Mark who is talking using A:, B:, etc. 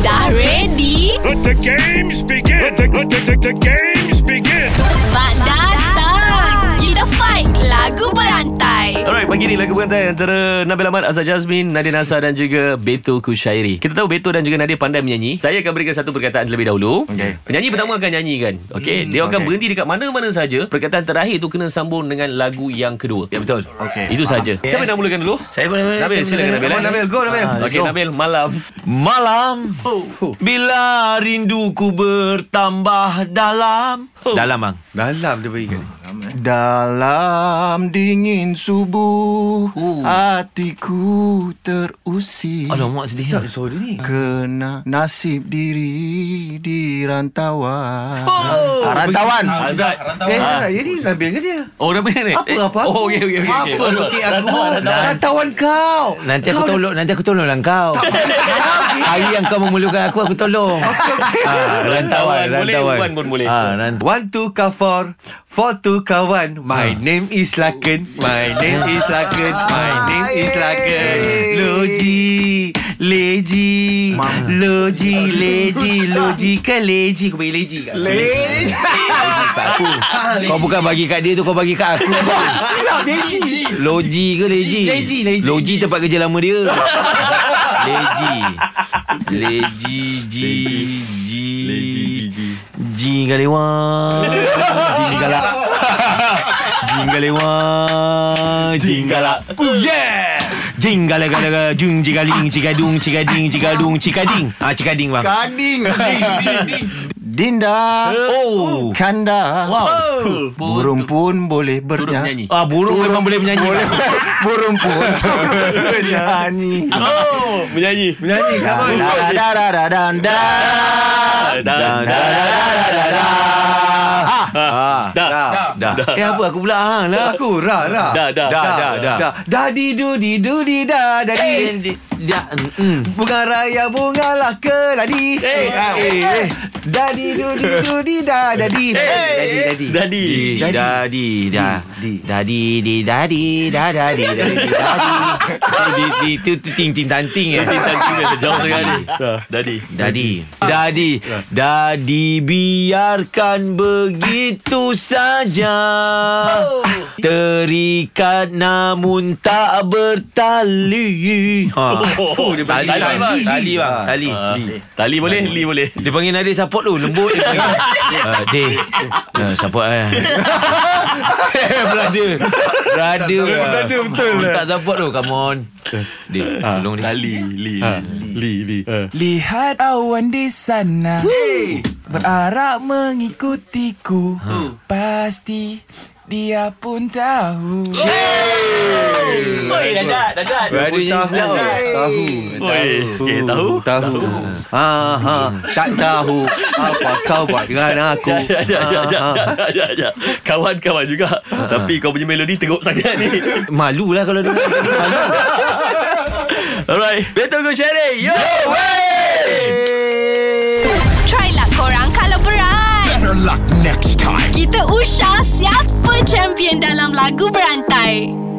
A: Dah ready?
B: Let the games begin. Let the, let the, the, the games begin.
A: Mak datang! Kita fight lagu berantai.
C: Alright, pagi ni lagu berantai antara Nabil Ahmad, Azad Jazmin, Nadia Nasa dan juga Beto Kushairi. Kita tahu Beto dan juga Nadia pandai menyanyi. Saya akan berikan satu perkataan terlebih dahulu.
D: Okey.
C: Penyanyi pertama akan nyanyikan. Okey, dia akan
D: okey.
C: berhenti dekat mana-mana saja. Perkataan terakhir tu kena sambung dengan lagu yang kedua. Ya betul.
D: Okey.
C: Itu saja.
D: Faham.
C: Siapa nak mulakan dulu?
E: Saya boleh boleh-
C: Nabil,
E: saya
C: silakan
E: boleh-
C: Nabil. eh.
D: Come on, Nabil, go, Nabil.
E: Ah, let's
C: Okey,
E: go.
C: Nabil, malam.
D: Malam Bila rinduku bertambah dalam Dalam bang
F: Dalam dia berikan
G: Dalam dingin subuh Hatiku terusir
E: Alamak sedih.
F: Suara ni
G: Kena nasib diri di rantauan
C: Oh,
D: Rantawan
C: Azad.
F: Ah, Eh, ah. jadi Nabil ke dia?
C: Oh, Nabil ni.
F: Apa, apa?
C: Oh, okey, okey, okey.
F: Apa
C: okey.
F: okay, aku? Rantawan kau
E: Nanti aku tolong Nanti aku tolonglah kau Hari yang kau memerlukan aku Aku tolong Ah, Rantawan
C: Boleh,
E: Rantawan
C: Wan pun boleh.
E: Ah, rant-
F: One two kafar Four two kawan My
E: Ah.
F: name is Laken My name is Laken My
E: Ah.
F: name is Laken Loji Leji Loji Leji Loji ke Leji Kau panggil Leji kat Leji
E: tak aku. Kau bukan bagi kat dia tu Kau bagi kat aku Loji ke Leji?
F: Leji, Leji.
E: Loji tempat kerja lama dia Leji Leji Ji Ji Ji Galewan Ji Galak Jinggalewan Jinggalak Oh yeah Jinggalagalaga Jung Jigaling Cigadung Cigading Cigadung Cikading Ah Cikading bang
G: Kading Dinda
E: Oh
G: Kanda
C: Oh.
G: Burung pun boleh
C: Turut menyanyi.
G: bernyanyi
E: Ah burung memang boleh menyanyi boleh.
G: Burung pun bernyanyi
C: Oh, menyanyi.
F: Menyanyi kau
G: Da-da-da-da-da-da
C: Dah,
E: Dah
C: dah.
E: dah dah dah dah dah. Ah.
C: Dah.
E: Dah. Eh apa aku pula ha lah.
F: Aku Ra Ra
C: Dah, dah.
E: Dah dah dah.
F: Dah Dah di du di du di da Da di
E: Ya. mm.
F: Bunga raya bungalah keladi.
C: Eh,
E: Ha,
C: eh, eh.
F: Dadi du di du di da dadi. Dadi dadi.
C: Dadi.
E: Di da di da da di di da di da da di da di da di di tu tu ting ting tanting eh. Ha.
C: Tintan juga sejauh sangat ni. Dadi.
E: Dadi Ha. Dadi Dadi biarkan begitu saja Terikat namun tak bertali ha.
C: Oh, dia bagi
E: Tali
C: tali,
E: bang
C: bang.
E: Tali bang Tali
C: Ah.
E: Li.
C: Tali boleh, li boleh.
E: Dia panggil Nadia support tu Lembut dia panggil uh, Day uh, Support eh Brother Brother Brother betul lah. Ha. Tak support tu Come on Day Tolong dia Ha.
C: Tali, li.
H: Lihat awan di sana Berarak mengikutiku Pasti dia pun tahu
E: Brother je sedap
F: Tahu.
C: Oi, okey, tahu?
F: Tahu. Ha ha. Tak tahu apa kau buat dengan aku.
C: Jap, jap, jap, jap, jap, jap, jap, jap. Kawan-kawan juga. Tapi kau punya melodi teruk sangat ni.
E: Malu lah kalau dia Malu
C: Alright. Betul kau sharing. Yo, way!
A: Try lah korang kalau berat.
B: Better luck next time.
A: Kita usah siapa champion dalam lagu berantai.